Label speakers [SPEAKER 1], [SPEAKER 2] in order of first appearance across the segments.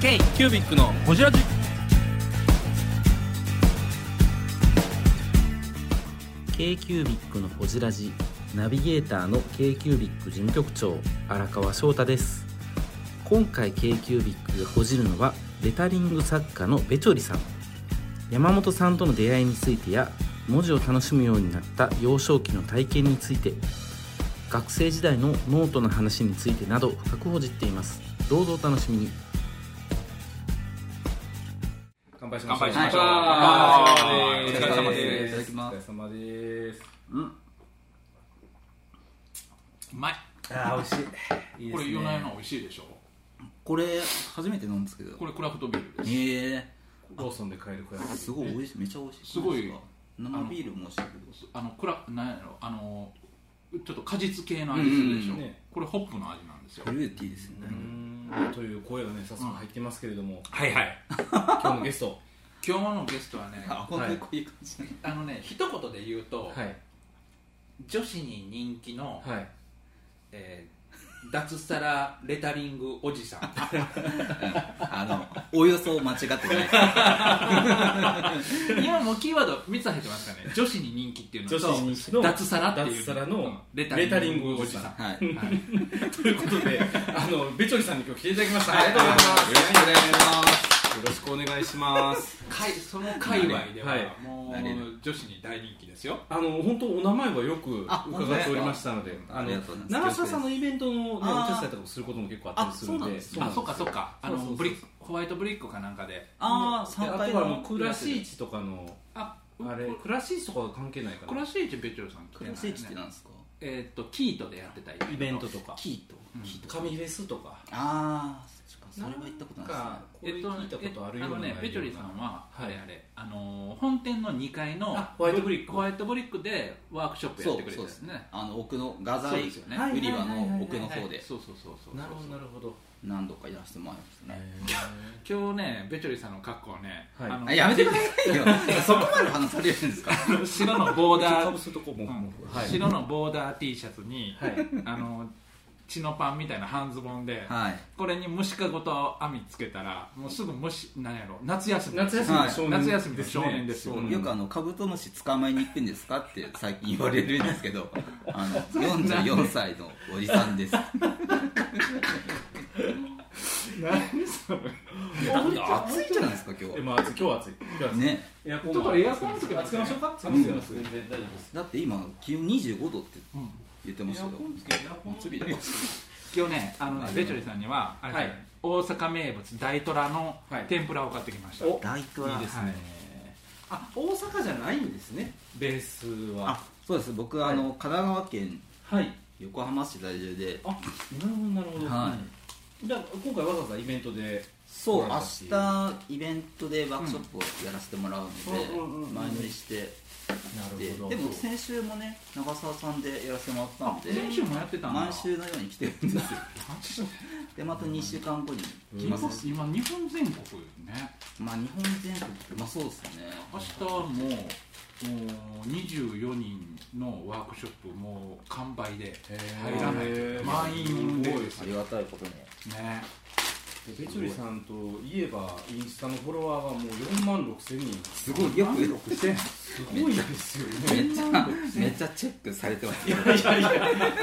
[SPEAKER 1] ケイキュービックのホジラジ
[SPEAKER 2] ケイキュービックのほじラジナビゲーターのケイキュービック事務局長荒川翔太です。今回ケイキュービックがほじるのはレタリング作家のべちょりさん。山本さんとの出会いについてや文字を楽しむようになった幼少期の体験について学生時代のノートの話についてなど深くほじっていますどうぞお楽しみに乾杯しましょう
[SPEAKER 3] 乾杯しましょう
[SPEAKER 1] はい
[SPEAKER 3] お疲れ様です
[SPEAKER 4] いただきます
[SPEAKER 2] お疲れ様です
[SPEAKER 3] うまい
[SPEAKER 4] ああ美味しいいい
[SPEAKER 3] こ
[SPEAKER 4] ですね
[SPEAKER 3] れ夜な夜な美味しいでしょ
[SPEAKER 4] これ初めて飲むんですけど
[SPEAKER 3] これクラフトビールです
[SPEAKER 4] へえ
[SPEAKER 2] ローソンで買えるこれ
[SPEAKER 4] すごい美味しいめちゃ美味しい
[SPEAKER 3] すごい
[SPEAKER 4] なんか生ビールも美味しいけど
[SPEAKER 3] あのクラなんやろあのちょっと果実系の味するでしょ、
[SPEAKER 2] うんうんうんね
[SPEAKER 3] これホップの味なんですよ
[SPEAKER 4] フルーティーですよね
[SPEAKER 2] という声がね早速入ってますけれども、
[SPEAKER 3] はいはい
[SPEAKER 2] 今日のゲスト
[SPEAKER 3] 今日のゲストはね
[SPEAKER 4] あ本当にこういう感じなの
[SPEAKER 3] あのね一言で言うと、
[SPEAKER 2] はい
[SPEAKER 3] 女子に人気の、
[SPEAKER 2] はい
[SPEAKER 3] えー脱サラレタリングおじさん
[SPEAKER 4] あのおよそ間違ってない
[SPEAKER 3] 今もうキーワード3つ入ってますからね女子に人気っていうのと
[SPEAKER 2] 女子に人気の
[SPEAKER 3] 脱サラっていう
[SPEAKER 2] 脱サラの
[SPEAKER 3] うん
[SPEAKER 2] レタリングお じさん
[SPEAKER 4] はい
[SPEAKER 3] はい
[SPEAKER 2] ということであのべちょりさんに今日来ていただきましたありがとうございますよろしくお願いします。
[SPEAKER 3] かいその界隈では、
[SPEAKER 2] はい
[SPEAKER 3] も
[SPEAKER 4] なれ
[SPEAKER 3] う女子に大人気ですよ
[SPEAKER 2] あの本当お名前はよく
[SPEAKER 4] あ
[SPEAKER 2] 伺っておりましたので、
[SPEAKER 4] 当ですかありがとうございます
[SPEAKER 2] 長澤さんのイベントの、ね、お手
[SPEAKER 4] あー
[SPEAKER 2] 伝いとかもすることも結構あったりするんで、
[SPEAKER 4] あそうなんですね
[SPEAKER 3] あそっかそっかあの
[SPEAKER 2] そうそうそう
[SPEAKER 3] ブリックホワイトブリックかなんかで
[SPEAKER 4] ああ
[SPEAKER 2] で
[SPEAKER 4] 3
[SPEAKER 2] あ
[SPEAKER 4] 回
[SPEAKER 2] とはもう
[SPEAKER 4] の
[SPEAKER 2] クラシーチとかの
[SPEAKER 3] あ
[SPEAKER 2] あれクラシーチとかは関係ないか
[SPEAKER 3] ク
[SPEAKER 2] な
[SPEAKER 3] ラ。シーチベチョルさん来
[SPEAKER 4] ク
[SPEAKER 3] てな
[SPEAKER 4] ラ
[SPEAKER 3] いよ
[SPEAKER 4] シーチって
[SPEAKER 3] ね
[SPEAKER 4] なんですか
[SPEAKER 3] えーっとキートでやってたイ
[SPEAKER 2] イベントとか、
[SPEAKER 4] キート
[SPEAKER 3] うん
[SPEAKER 2] 紙フェスとか。
[SPEAKER 4] ああ確かそれは行ったことないですね
[SPEAKER 2] なんかこれ聞いたことあるような
[SPEAKER 3] のね
[SPEAKER 2] ない
[SPEAKER 3] ベチ
[SPEAKER 2] よ
[SPEAKER 3] ョ
[SPEAKER 2] うな
[SPEAKER 3] リさんは、
[SPEAKER 2] はい
[SPEAKER 3] あれあれあのー本店の2階の
[SPEAKER 2] あホワイトブリック
[SPEAKER 3] ホワイトブリックでワークショップやってくれて
[SPEAKER 4] そうで
[SPEAKER 3] るんです
[SPEAKER 4] す
[SPEAKER 3] ね
[SPEAKER 4] あの奥の画
[SPEAKER 3] そう
[SPEAKER 4] 材
[SPEAKER 3] ですよね
[SPEAKER 4] 売り場の奥の方で
[SPEAKER 3] そうそうそうそう
[SPEAKER 2] なるほどなるほど。
[SPEAKER 4] 何度かやらせてもらいましたね
[SPEAKER 3] 今日ねベチョリさんの格好はね、
[SPEAKER 2] はい
[SPEAKER 3] あの
[SPEAKER 4] あやめてくださいよ そこまで話されるんですか
[SPEAKER 3] 白のボーダ
[SPEAKER 2] か
[SPEAKER 3] ー
[SPEAKER 2] ぶすとこも、
[SPEAKER 3] うん
[SPEAKER 2] はい。
[SPEAKER 3] 白のボーダー T シャツに、
[SPEAKER 2] はい
[SPEAKER 3] あの血のパンみたいな半ズボンで、
[SPEAKER 4] はい
[SPEAKER 3] これに虫かごと網つけたらもうすぐ虫なんやろ夏休み
[SPEAKER 2] 夏休みの少年、
[SPEAKER 3] はい夏休みの少年ですよ
[SPEAKER 2] そう
[SPEAKER 4] よくあのカブトムシ捕まえに行くんですかって最近言われるんですけ どあの44歳のおじさんです
[SPEAKER 3] 何それ
[SPEAKER 4] 暑いじゃないですか今
[SPEAKER 2] えまあ暑い今日は暑い。今日は暑
[SPEAKER 4] 日
[SPEAKER 2] い。
[SPEAKER 4] ね
[SPEAKER 2] エアコン
[SPEAKER 3] ちょっとエアコンつけます
[SPEAKER 2] つけましょうか。つけ
[SPEAKER 4] ん
[SPEAKER 2] ます。全然大丈夫です。
[SPEAKER 4] だって今気温25度って
[SPEAKER 3] うん
[SPEAKER 4] 言ってましたけど
[SPEAKER 2] つけエアコンつけ。
[SPEAKER 3] 今日ねあのね
[SPEAKER 4] はい
[SPEAKER 3] ベチョリさんにはあれ
[SPEAKER 2] はい
[SPEAKER 3] 大阪名物大トラの
[SPEAKER 2] はい
[SPEAKER 3] 天ぷらを買ってきました、
[SPEAKER 2] お
[SPEAKER 4] 大トラ
[SPEAKER 2] いいですね、
[SPEAKER 3] はい
[SPEAKER 2] あ大阪じゃないんですねベースは
[SPEAKER 4] あそうです僕、あの神奈川県
[SPEAKER 2] はい
[SPEAKER 4] 横浜市在住で
[SPEAKER 2] あなるほどなるほど、
[SPEAKER 4] は
[SPEAKER 2] じゃあ今回わざわざイベントで
[SPEAKER 4] そう
[SPEAKER 2] そう
[SPEAKER 4] 明
[SPEAKER 2] なんだ
[SPEAKER 4] 日イベントでワークショップをやらせてもらうので、
[SPEAKER 2] うんうんうんうん
[SPEAKER 4] 前乗りして
[SPEAKER 2] な
[SPEAKER 4] ででも先週もね長澤さんでやらせてもらったんで
[SPEAKER 3] 先週もやってたんだ
[SPEAKER 4] 毎週のように来てるんですよ
[SPEAKER 3] マジで
[SPEAKER 4] でまた2週間後に来
[SPEAKER 3] 日
[SPEAKER 4] ま
[SPEAKER 3] 本
[SPEAKER 4] す、
[SPEAKER 3] 今日本全国ね
[SPEAKER 4] まあ日本全国まあそうですね
[SPEAKER 3] 明日はもうもう24人のワークショップもう完売で入らないと
[SPEAKER 2] へー
[SPEAKER 3] 満員です
[SPEAKER 4] ありがたいことに
[SPEAKER 3] ね
[SPEAKER 2] ベチョリさんといえばインスタのフォロワーがもう4万6千人
[SPEAKER 4] すごいよく
[SPEAKER 2] 千すごいですよね
[SPEAKER 4] めっちゃめっちゃチェックされてますよ
[SPEAKER 2] いやいや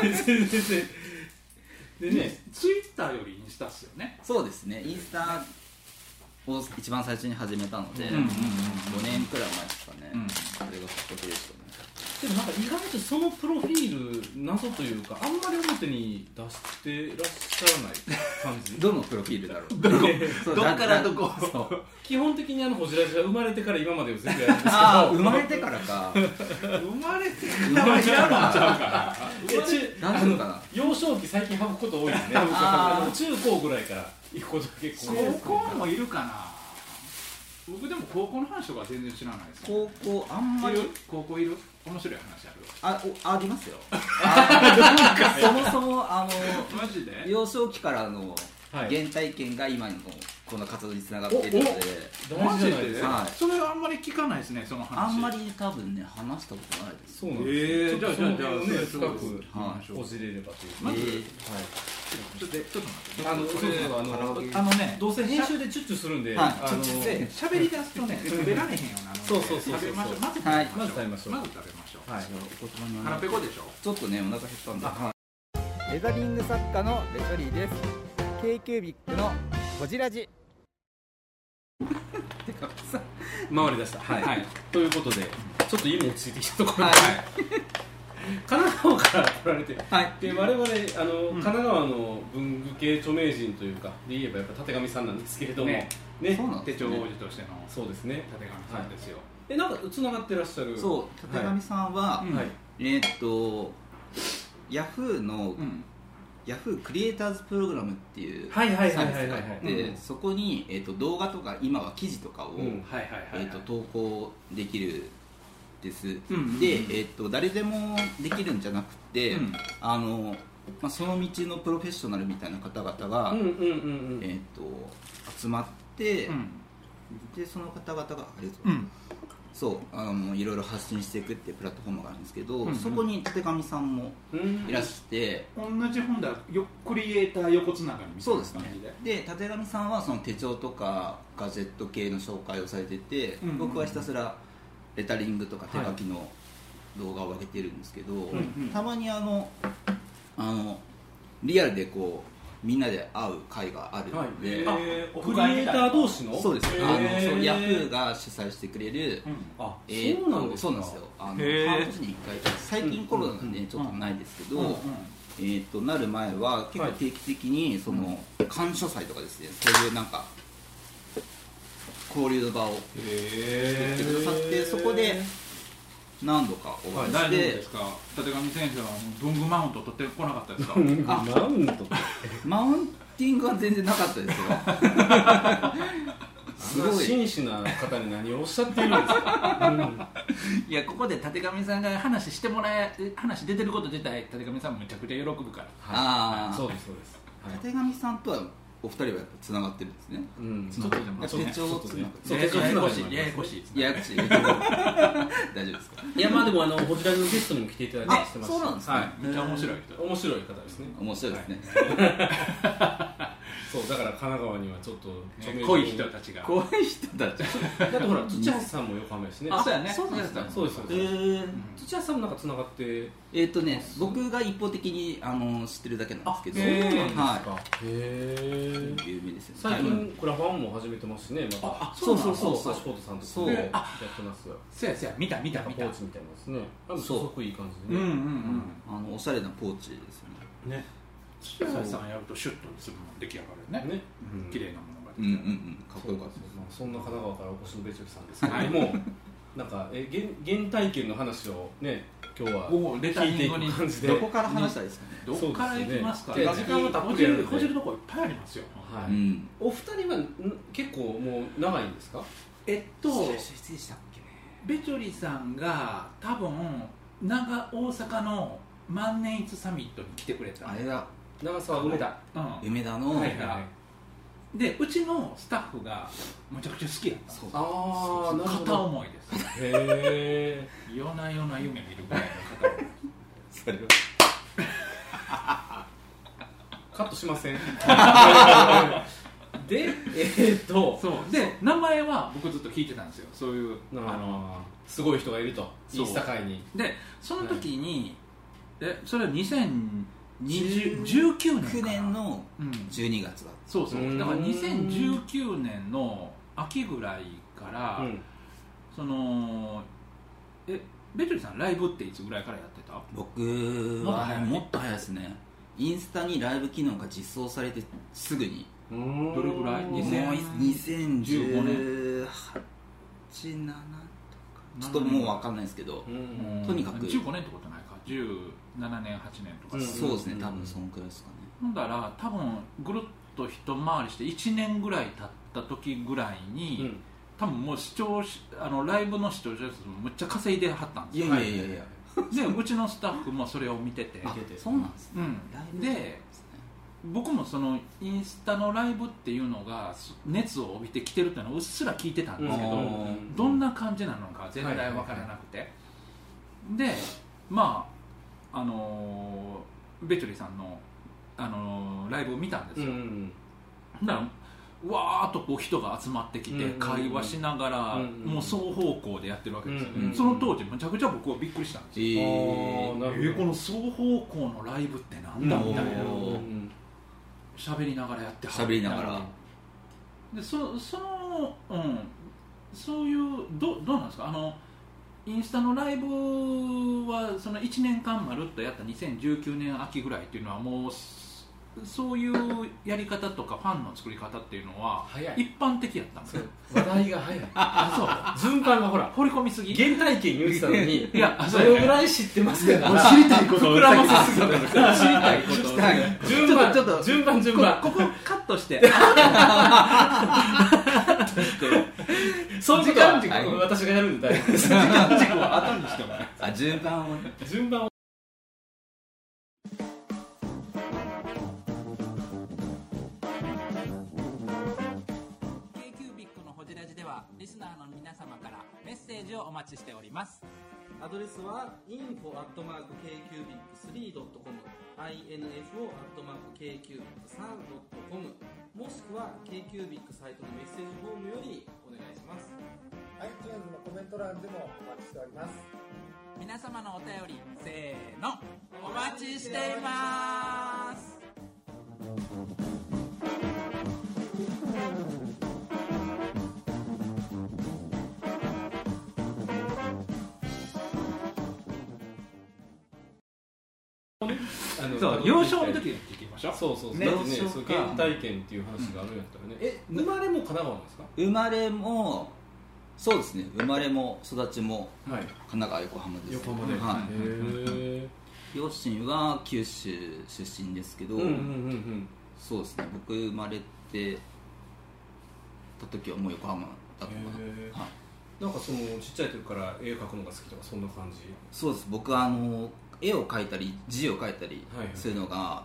[SPEAKER 2] 全然全然 でね
[SPEAKER 3] ツイッターよりインスタっすよね
[SPEAKER 4] そうですねインスタを一番最初に始めたので、
[SPEAKER 3] うんうんうんうん
[SPEAKER 4] 5年くらい前ですかね、
[SPEAKER 3] うん
[SPEAKER 4] それがきっかけでしたね
[SPEAKER 2] でもなんか意外とそのプロフィール謎というかあんまり表に出してらっしゃらない感じ
[SPEAKER 4] どのプロフィールだろう
[SPEAKER 3] どこ
[SPEAKER 4] そう
[SPEAKER 3] どっから
[SPEAKER 4] だ
[SPEAKER 3] どこ
[SPEAKER 4] そう
[SPEAKER 2] 基本的にあのホジラジは生まれてから今までを全部やるんですけど
[SPEAKER 4] ああ生まれてからか
[SPEAKER 3] 生まれて
[SPEAKER 4] 生まれてからか
[SPEAKER 2] いや中
[SPEAKER 4] 何ていうのかな
[SPEAKER 2] 幼少期最近省くこと多いですね
[SPEAKER 4] あー
[SPEAKER 2] あの中高ぐらいから行くことが結構多いです
[SPEAKER 3] 高校もいるかな僕でも高校の話とか全然知らないです
[SPEAKER 4] 高校あんま
[SPEAKER 3] いる
[SPEAKER 4] り
[SPEAKER 3] 高校いる面白い話あ
[SPEAKER 4] あおありますよあのそもそもあ
[SPEAKER 3] るマジで
[SPEAKER 4] の幼少期からの
[SPEAKER 2] はい
[SPEAKER 4] 原体験が今のこの活動につながっているので
[SPEAKER 2] 大事じゃないですか
[SPEAKER 4] はい
[SPEAKER 3] それはあんまり聞かないですねその話
[SPEAKER 4] あんまり多分ね話したことないです
[SPEAKER 2] そうなんです
[SPEAKER 3] え
[SPEAKER 2] よち
[SPEAKER 3] ー、じ
[SPEAKER 2] ょ
[SPEAKER 3] ゃ
[SPEAKER 2] っ
[SPEAKER 3] あ
[SPEAKER 2] と
[SPEAKER 3] じゃあじゃあ
[SPEAKER 2] その辺をね深く
[SPEAKER 3] はい
[SPEAKER 2] こじれればという
[SPEAKER 3] まず
[SPEAKER 4] えー
[SPEAKER 2] は
[SPEAKER 3] ちょっとちょっと待って
[SPEAKER 1] あの
[SPEAKER 3] こ
[SPEAKER 1] そう
[SPEAKER 3] れ
[SPEAKER 1] そうあの
[SPEAKER 3] あのね
[SPEAKER 1] どうせ編集でチュッチュするんで、
[SPEAKER 4] はい
[SPEAKER 1] あの
[SPEAKER 3] で喋り出すとね滑られへんようなので
[SPEAKER 1] そうそうそうそう
[SPEAKER 3] 食べましょうまず
[SPEAKER 4] はい
[SPEAKER 1] まず食べましょう
[SPEAKER 3] まず食べましょう
[SPEAKER 1] はい
[SPEAKER 4] お言葉に
[SPEAKER 3] 腹ペコでしょ
[SPEAKER 4] ちょっとねお腹減ったんで
[SPEAKER 1] あ
[SPEAKER 4] レザリング作家のレトリーです k q b i c のこじらじ
[SPEAKER 1] 回り出したはい、
[SPEAKER 4] はい
[SPEAKER 1] ということでちょっと家も落ち着いてきたところで、
[SPEAKER 4] は い
[SPEAKER 1] 神奈川から来られて
[SPEAKER 4] はい
[SPEAKER 1] で我々あの、神奈川の文具系著名人というかで言えばやっぱ立上さんなんですけれどもね
[SPEAKER 3] ね
[SPEAKER 4] そうなん
[SPEAKER 3] 手
[SPEAKER 4] です
[SPEAKER 3] 帳
[SPEAKER 4] ね
[SPEAKER 3] 王子としての立
[SPEAKER 1] そうですね
[SPEAKER 3] 上さんですよ
[SPEAKER 1] えなんかつながってらっしゃる
[SPEAKER 4] そう立上さんは、
[SPEAKER 3] うん
[SPEAKER 1] はい
[SPEAKER 4] えーっとヤフーの、
[SPEAKER 3] うん
[SPEAKER 4] ヤフークリエイターズプログラムっていうサ
[SPEAKER 1] はいは
[SPEAKER 4] ー
[SPEAKER 1] い
[SPEAKER 4] ビスが
[SPEAKER 1] はい
[SPEAKER 4] あ
[SPEAKER 1] はいはい
[SPEAKER 4] っ
[SPEAKER 1] はい
[SPEAKER 4] てそこに、えー、と動画とか今は記事とかを、
[SPEAKER 1] うん
[SPEAKER 3] はいはいはい
[SPEAKER 4] え
[SPEAKER 3] はい
[SPEAKER 4] ー、と投稿できるです、
[SPEAKER 3] うんうんうん
[SPEAKER 4] で、えー、と誰でもできるんじゃなくて、
[SPEAKER 3] うん
[SPEAKER 4] あのまあ、その道のプロフェッショナルみたいな方々が、
[SPEAKER 1] うんうんうんうん
[SPEAKER 4] えー、と集まって、
[SPEAKER 3] うん
[SPEAKER 4] でその方々があれです
[SPEAKER 3] うん
[SPEAKER 4] そうあのもういろいろ発信していくっていうプラットフォームがあるんですけど、
[SPEAKER 3] うんうん
[SPEAKER 4] そこに立上さんも
[SPEAKER 1] うん
[SPEAKER 4] いらして、
[SPEAKER 3] 同じ本だよクリエイター横つながりみたい
[SPEAKER 4] そう
[SPEAKER 3] な
[SPEAKER 4] ですね
[SPEAKER 3] 感じで
[SPEAKER 4] で立上さんはその手帳とかガジェット系の紹介をされてて、
[SPEAKER 3] うんうん
[SPEAKER 4] 僕はひたすらレタリングとか手書きの動画を上げてるんですけど、
[SPEAKER 3] んうん
[SPEAKER 4] たまにあのあのリアルでこうみんなで会う会がある
[SPEAKER 1] はい
[SPEAKER 4] ので、
[SPEAKER 1] えークリエイター同士の
[SPEAKER 4] そうです、
[SPEAKER 1] へー
[SPEAKER 4] あのそうヤフーが主催してくれる、
[SPEAKER 3] うん
[SPEAKER 1] あ
[SPEAKER 4] えー
[SPEAKER 1] そうなんです
[SPEAKER 4] そ
[SPEAKER 1] か
[SPEAKER 4] うなんですよあの半
[SPEAKER 3] へー
[SPEAKER 4] 年に1回最近コロナなんでねちょっとないですけど、
[SPEAKER 3] うんうん
[SPEAKER 4] えー、となる前は結構定期的にその感謝祭とかですねそういうなんか交流の場を
[SPEAKER 3] へ
[SPEAKER 4] 作ってくださってそこで何度かお
[SPEAKER 3] は
[SPEAKER 4] 会
[SPEAKER 3] い
[SPEAKER 4] い
[SPEAKER 3] 大
[SPEAKER 4] し
[SPEAKER 3] 丈夫
[SPEAKER 4] て、
[SPEAKER 3] ですか立上選手は文具マウント取ってこなかったですか
[SPEAKER 1] あなんとか
[SPEAKER 4] マウンティングは全然なかった ですよす
[SPEAKER 1] あんな
[SPEAKER 4] ごい
[SPEAKER 1] 真摯な方に何をおっしゃっているんです か、
[SPEAKER 3] いやここで立上さんが話してもらえ話出てること自体立上さんもめちゃくちゃ喜ぶから
[SPEAKER 4] あー
[SPEAKER 1] そうですそうです、はい
[SPEAKER 4] たてがみさんとはお二人はやっぱつながってるんですね
[SPEAKER 1] うん
[SPEAKER 3] ちょっとでも
[SPEAKER 1] そうね
[SPEAKER 4] 手帳
[SPEAKER 1] ちょっと
[SPEAKER 4] つ
[SPEAKER 1] ね
[SPEAKER 4] ながり
[SPEAKER 1] そう
[SPEAKER 3] や
[SPEAKER 1] 手帳つなが
[SPEAKER 3] やややこ
[SPEAKER 1] り
[SPEAKER 3] し
[SPEAKER 1] もあ
[SPEAKER 3] い
[SPEAKER 1] り
[SPEAKER 3] やや
[SPEAKER 1] ま
[SPEAKER 3] こ
[SPEAKER 1] す
[SPEAKER 3] しい
[SPEAKER 4] ややこしい 大丈夫ですか
[SPEAKER 1] いやまあでもあのこちらのゲストにも来ていただいたりしてますし
[SPEAKER 4] あそうなんですね
[SPEAKER 1] はい
[SPEAKER 3] めっちゃ面白い人
[SPEAKER 1] 面白い方ですね
[SPEAKER 4] 面白いですね、
[SPEAKER 1] そうだから神奈川にはちょっと著名人
[SPEAKER 3] 濃い 人たちが
[SPEAKER 4] 怖い人たち
[SPEAKER 1] だってほら土橋さんも横浜ですね
[SPEAKER 4] あ
[SPEAKER 3] そうやね
[SPEAKER 4] そうなんですか
[SPEAKER 1] そうですそう
[SPEAKER 4] え
[SPEAKER 1] です、
[SPEAKER 4] ー、
[SPEAKER 1] 土屋さんもなんかつながって
[SPEAKER 4] えっ、とね、僕が一方的にあの知ってるだけなんですけど、
[SPEAKER 1] そうなんですか、
[SPEAKER 4] は
[SPEAKER 1] へえ
[SPEAKER 4] い、有名ですよね。
[SPEAKER 1] 最近、
[SPEAKER 4] はい
[SPEAKER 1] クラファンも始めてますしねまた
[SPEAKER 4] あそうそうそう
[SPEAKER 1] パ
[SPEAKER 4] そう
[SPEAKER 1] スポートさんとか
[SPEAKER 4] そう
[SPEAKER 1] ねやってますよ
[SPEAKER 3] そうやそうや見た見た
[SPEAKER 1] なん
[SPEAKER 3] 見
[SPEAKER 1] か
[SPEAKER 3] た
[SPEAKER 1] ポーチみたいなのですねあのす
[SPEAKER 4] そう
[SPEAKER 1] ごくいい感じで
[SPEAKER 3] うんうんう
[SPEAKER 1] ね、
[SPEAKER 3] ん
[SPEAKER 4] あのおしゃれなポーチですよね。
[SPEAKER 1] ね
[SPEAKER 3] 土屋さんやるとシュッとするもの出来上がるよね
[SPEAKER 1] ね、
[SPEAKER 3] 綺麗なものが
[SPEAKER 4] うんうんうん、かっこよかっ
[SPEAKER 1] そ
[SPEAKER 4] た
[SPEAKER 1] う
[SPEAKER 4] で
[SPEAKER 1] まあ、そんな神奈川からお越しのベチョキさんですけれども、なんかえ原原体験の話をね今日は
[SPEAKER 3] おーレタリング
[SPEAKER 1] 聞いていく感じ
[SPEAKER 4] す。
[SPEAKER 1] で
[SPEAKER 4] どこから話したらいいですかね。
[SPEAKER 3] どこから行きますか
[SPEAKER 1] そうですね
[SPEAKER 3] 時間はたっぷりあるほじるとこいっぱいありますよ
[SPEAKER 1] は
[SPEAKER 4] う
[SPEAKER 1] い
[SPEAKER 4] ん。
[SPEAKER 1] お二人はん結構もう長いんですか
[SPEAKER 3] えっと
[SPEAKER 4] 失礼したっけね。
[SPEAKER 3] ベチョリさんが多分長大阪の万年筆サミットに来てくれた
[SPEAKER 4] あれだ、
[SPEAKER 1] 長さは梅田
[SPEAKER 3] うん
[SPEAKER 4] 梅田の、
[SPEAKER 3] はいでうちのスタッフがむちゃくちゃ好きやった
[SPEAKER 4] そう
[SPEAKER 1] ああなるほ
[SPEAKER 3] 片
[SPEAKER 1] ど
[SPEAKER 3] 思いです
[SPEAKER 1] へえ
[SPEAKER 3] 夜な夜な夢見るぐらいの片思い
[SPEAKER 4] それは
[SPEAKER 1] カットしませんでえーっと
[SPEAKER 3] そうで名前は僕ずっと聞いてたんですよそういう
[SPEAKER 1] あ
[SPEAKER 3] あの
[SPEAKER 1] のすごい人がいると
[SPEAKER 3] そう
[SPEAKER 1] イースタ会に
[SPEAKER 3] でその時に、えそれは2019年か
[SPEAKER 4] 9
[SPEAKER 3] な
[SPEAKER 4] 年の
[SPEAKER 3] うん、
[SPEAKER 4] 12月だ。
[SPEAKER 3] そうそう
[SPEAKER 1] ーん
[SPEAKER 3] うだから2019年の秋ぐらいから、
[SPEAKER 1] うん
[SPEAKER 3] そのえベトリさんライブっていつぐらいからやってた
[SPEAKER 4] 僕
[SPEAKER 3] もっと
[SPEAKER 4] は
[SPEAKER 3] 早い
[SPEAKER 4] もっと早いですね。インスタにライブ機能が実装されてすぐに、
[SPEAKER 1] ど
[SPEAKER 3] どれぐらい
[SPEAKER 4] もう
[SPEAKER 3] 2000
[SPEAKER 4] 2018、7
[SPEAKER 3] 2015
[SPEAKER 4] とか、ちょっともうわかんないですけど、
[SPEAKER 1] うん
[SPEAKER 4] とにかく
[SPEAKER 3] 15年ってことないか17年8年と
[SPEAKER 1] う
[SPEAKER 3] か、
[SPEAKER 1] ん
[SPEAKER 4] そうですね、多分そのくらいですかね。
[SPEAKER 3] ほんだら多分ぐるっと一回りして1年ぐらい経った時ぐらいに、
[SPEAKER 1] うん
[SPEAKER 3] 多分もう視聴しあのライブの視聴者数もむっちゃ稼いではったんで
[SPEAKER 4] い
[SPEAKER 3] す
[SPEAKER 4] や
[SPEAKER 3] よ
[SPEAKER 4] いやいやいや、
[SPEAKER 3] でうちのスタッフもそれを見てて
[SPEAKER 4] あ
[SPEAKER 1] いけて
[SPEAKER 4] そうなんですね。
[SPEAKER 3] うん
[SPEAKER 4] ライブ
[SPEAKER 3] で僕もそのインスタのライブっていうのがす熱を帯びてきてるっていうのをうっすら聞いてたんですけど、
[SPEAKER 4] うん
[SPEAKER 3] どんな感じなのか全体分からなくて、でまああのーベチョリさんの、あのーライブを見たんです
[SPEAKER 1] うん
[SPEAKER 3] よ、
[SPEAKER 1] うん
[SPEAKER 3] だからわーっとこう人が集まってきて
[SPEAKER 1] うん
[SPEAKER 3] 会話しながら
[SPEAKER 1] うん
[SPEAKER 3] もう双方向でやってるわけですよ
[SPEAKER 1] うん
[SPEAKER 3] ねその当時めちゃくちゃ僕はびっくりしたんですよ
[SPEAKER 1] あ
[SPEAKER 4] え
[SPEAKER 1] ー
[SPEAKER 3] え
[SPEAKER 1] なる
[SPEAKER 3] ー
[SPEAKER 1] ほ
[SPEAKER 3] こ
[SPEAKER 1] ど
[SPEAKER 3] の双方向のライブってなんだみたいな
[SPEAKER 4] うん
[SPEAKER 1] うん
[SPEAKER 3] 喋りながらやってはる
[SPEAKER 4] 喋りながら
[SPEAKER 3] でそその、うん、そういうどどうなんですかあのインスタのライブはその1年間まるっとやった2019年秋ぐらいっていうのはもうそそういうやり方とかファンの作り方っていうのは
[SPEAKER 1] 早い
[SPEAKER 3] 一般的やったんです
[SPEAKER 1] そう
[SPEAKER 3] よ
[SPEAKER 1] 話題が早い
[SPEAKER 3] あ
[SPEAKER 1] 順番がほ
[SPEAKER 3] そう
[SPEAKER 1] ら
[SPEAKER 3] 掘り込みすぎ
[SPEAKER 1] 原体験言ってたのに
[SPEAKER 3] いやあ
[SPEAKER 1] そ
[SPEAKER 3] そうや
[SPEAKER 1] れ
[SPEAKER 3] ね
[SPEAKER 1] ぐらい知ってますから
[SPEAKER 3] もう知りたいこと
[SPEAKER 1] 膨
[SPEAKER 3] 膨
[SPEAKER 1] ら
[SPEAKER 3] ら
[SPEAKER 1] ま
[SPEAKER 3] ま
[SPEAKER 1] せ
[SPEAKER 3] せ
[SPEAKER 1] す
[SPEAKER 3] す
[SPEAKER 1] ぎ
[SPEAKER 3] ぎ
[SPEAKER 1] た
[SPEAKER 3] た
[SPEAKER 1] ん
[SPEAKER 3] ん
[SPEAKER 1] で
[SPEAKER 3] です
[SPEAKER 1] よ
[SPEAKER 3] すよ知りたいこと を
[SPEAKER 1] 順番
[SPEAKER 3] ちょっとちょっと
[SPEAKER 1] 順番順
[SPEAKER 3] こ
[SPEAKER 1] 番
[SPEAKER 3] ここカットして
[SPEAKER 1] そういうことは
[SPEAKER 4] 時間軸
[SPEAKER 1] 私がやるんで大丈夫です
[SPEAKER 3] 後にしてもらえ
[SPEAKER 4] あ順番をね
[SPEAKER 1] 順番を
[SPEAKER 2] アドレスは info.kcubic3.com info.kcubic3.com もしくは KQBIC サイトのメッセージフォームよりお願いします。
[SPEAKER 5] iTunes のコメント欄でもお待ちしております
[SPEAKER 6] 皆様のお便りせーのお待ちしています
[SPEAKER 1] あの
[SPEAKER 3] そう幼少の時に聞きましょう
[SPEAKER 1] そうそうそう
[SPEAKER 3] ね
[SPEAKER 1] だってね
[SPEAKER 3] そうか
[SPEAKER 1] そう原体験っていう話があるんやったらねえ生まれも神奈川なんですか
[SPEAKER 4] 生まれもそうですね生まれも育ちも
[SPEAKER 1] はい
[SPEAKER 4] 神奈川横浜です
[SPEAKER 1] 横浜で
[SPEAKER 4] は
[SPEAKER 1] へえ
[SPEAKER 4] い、両親は九州出身ですけど、
[SPEAKER 1] うんうんうん
[SPEAKER 4] そうですね僕生まれてた時はもう横浜だったかな、
[SPEAKER 1] へえ
[SPEAKER 4] はい、
[SPEAKER 1] なんかそのちっちゃい時から絵描くのが好きとかそんな感じ
[SPEAKER 4] そうです僕はあの絵を描いたり字を描いたり
[SPEAKER 1] はいはい
[SPEAKER 4] するのが、